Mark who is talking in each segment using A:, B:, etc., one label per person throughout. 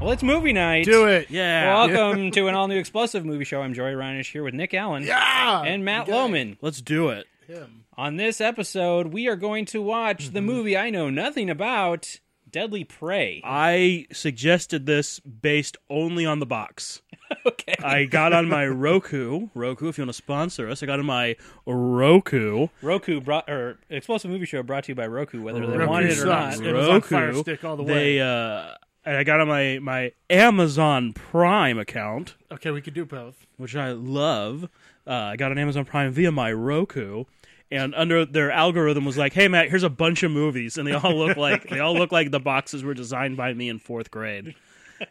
A: Well, it's movie night.
B: Do it.
C: Yeah.
A: Welcome to an all new explosive movie show. I'm Joey Reinish here with Nick Allen
B: Yeah.
A: and Matt
B: You got
A: Lohman.
C: Let's do it.
B: him.
A: On this episode, we are going to watch the
B: Mm-hmm.
A: movie I know nothing about, Deadly Prey.
C: I suggested this based only on the box.
A: Okay.
C: I got on my Roku. Roku, if you want to sponsor us, I got on my Roku.
A: Roku brought or explosive movie show brought to you by Roku, whether they
C: Roku
A: wanted it or
B: sucks.
A: not.
B: It was on Fire Stick all the way.
C: They, uh, and I got on my, my Amazon Prime account,
B: Okay, we could do both.
C: which I love. Uh, I got on Amazon Prime via my Roku. And under their algorithm was like, "Hey Matt, here's a bunch of movies, and they all look like they all look like the boxes were designed by me in fourth grade."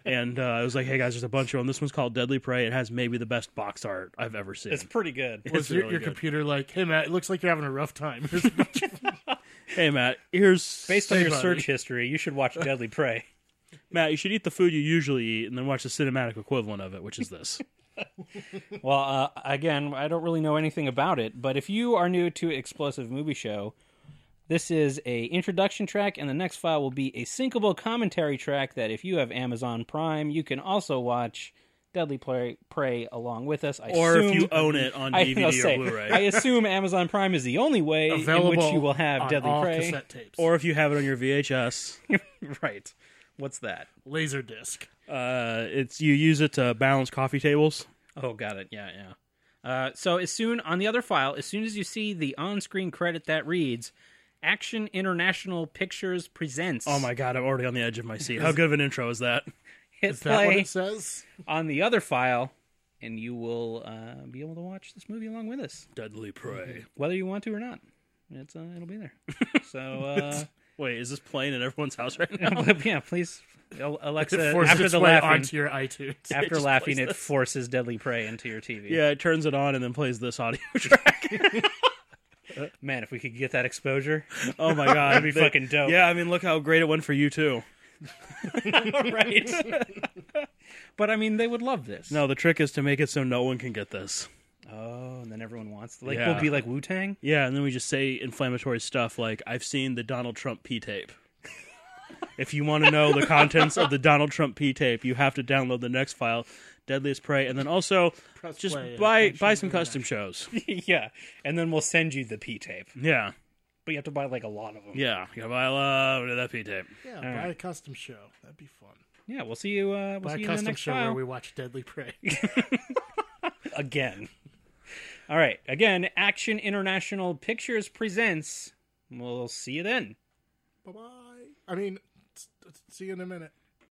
C: And uh, I was like, "Hey guys, there's a bunch of them. This one's called Deadly Prey. It has maybe the best box art I've ever seen."
A: It's pretty good.
B: Was your,
C: really
B: your
C: good.
B: computer like, hey Matt, it looks like you're having a rough time.
C: Hey Matt, here's
A: Based on your
B: buddy.
A: search history, you should watch Deadly Prey.
C: Matt. You should eat the food you usually eat, and then watch the cinematic equivalent of it, which is this.
A: Well, uh, again, I don't really know anything about it, but if you are new to Explosive Movie Show, this is a introduction track, and the next file will be a syncable commentary track that if you have Amazon Prime, you can also watch Deadly Prey, Prey along with us. I
C: or if
A: assume-
C: you own it on
A: I
C: DVD
A: was
C: or
A: gonna say,
C: Blu-ray,
A: I assume Amazon Prime is the only way
B: Available
A: in which you will have
B: on
A: Deadly
B: all
A: Prey.
B: cassette tapes
C: or if you have it on your VHS,
A: right. What's that?
B: laser disc.
C: uh, it's you use it to balance coffee tables.
A: Oh, got it. Yeah, yeah. Uh, so as soon on the other file, as soon as you see the on-screen credit that reads "Action International Pictures Presents,"
C: Oh my god, I'm already on the edge of my seat. How good of an intro is that?
A: hit
B: Is that what
A: play
B: it says?
A: on the other file, and you will uh, be able to watch this movie along with us,
C: Deadly Prey.
A: whether you want to or not. It's uh, it'll be there. So uh,
C: Wait, is this playing at everyone's house right now?
A: yeah, please, Al- Alexa.
B: It forced
A: After
B: its
A: the
B: way
A: laughing,
B: onto your iTunes.
A: after
C: just
A: laughing,
C: plays
A: it forces Deadly Prey into your TV.
C: Yeah, it turns it on and then plays this audio track.
A: man, if we could get that exposure,
C: Oh my god, that'd
A: be fucking dope.
C: Yeah, I mean, look how great it went for you too.
A: right? but I mean, they would love this.
C: No, the trick is to make it so no one can get this.
A: Oh, and then everyone wants like
C: Yeah.
A: we'll be like Wu Tang.
C: Yeah, and then we just say inflammatory stuff like I've seen the Donald Trump P tape. if you want to know the contents of the Donald Trump P tape, you have to download the next file, Deadliest Prey, and then also
B: Press
C: just
B: play and
C: buy
B: action
C: buy some
B: international.
C: custom shows.
A: yeah, and then we'll send you the P tape,
C: Yeah.
A: but you have to buy like a lot of them.
C: Yeah. You gotta buy a lot of that P tape.
B: Yeah, buy
A: right.
B: a custom show. That'd be fun.
A: Yeah, we'll see you. Uh, we'll
B: Buy
A: see
B: a
A: you in the
B: custom
A: next
B: show
A: file
B: where we watch Deadly Prey.
A: again. All right, again, Action International Pictures presents. We'll see you then.
B: Bye bye. I mean, s- s- see you in a minute.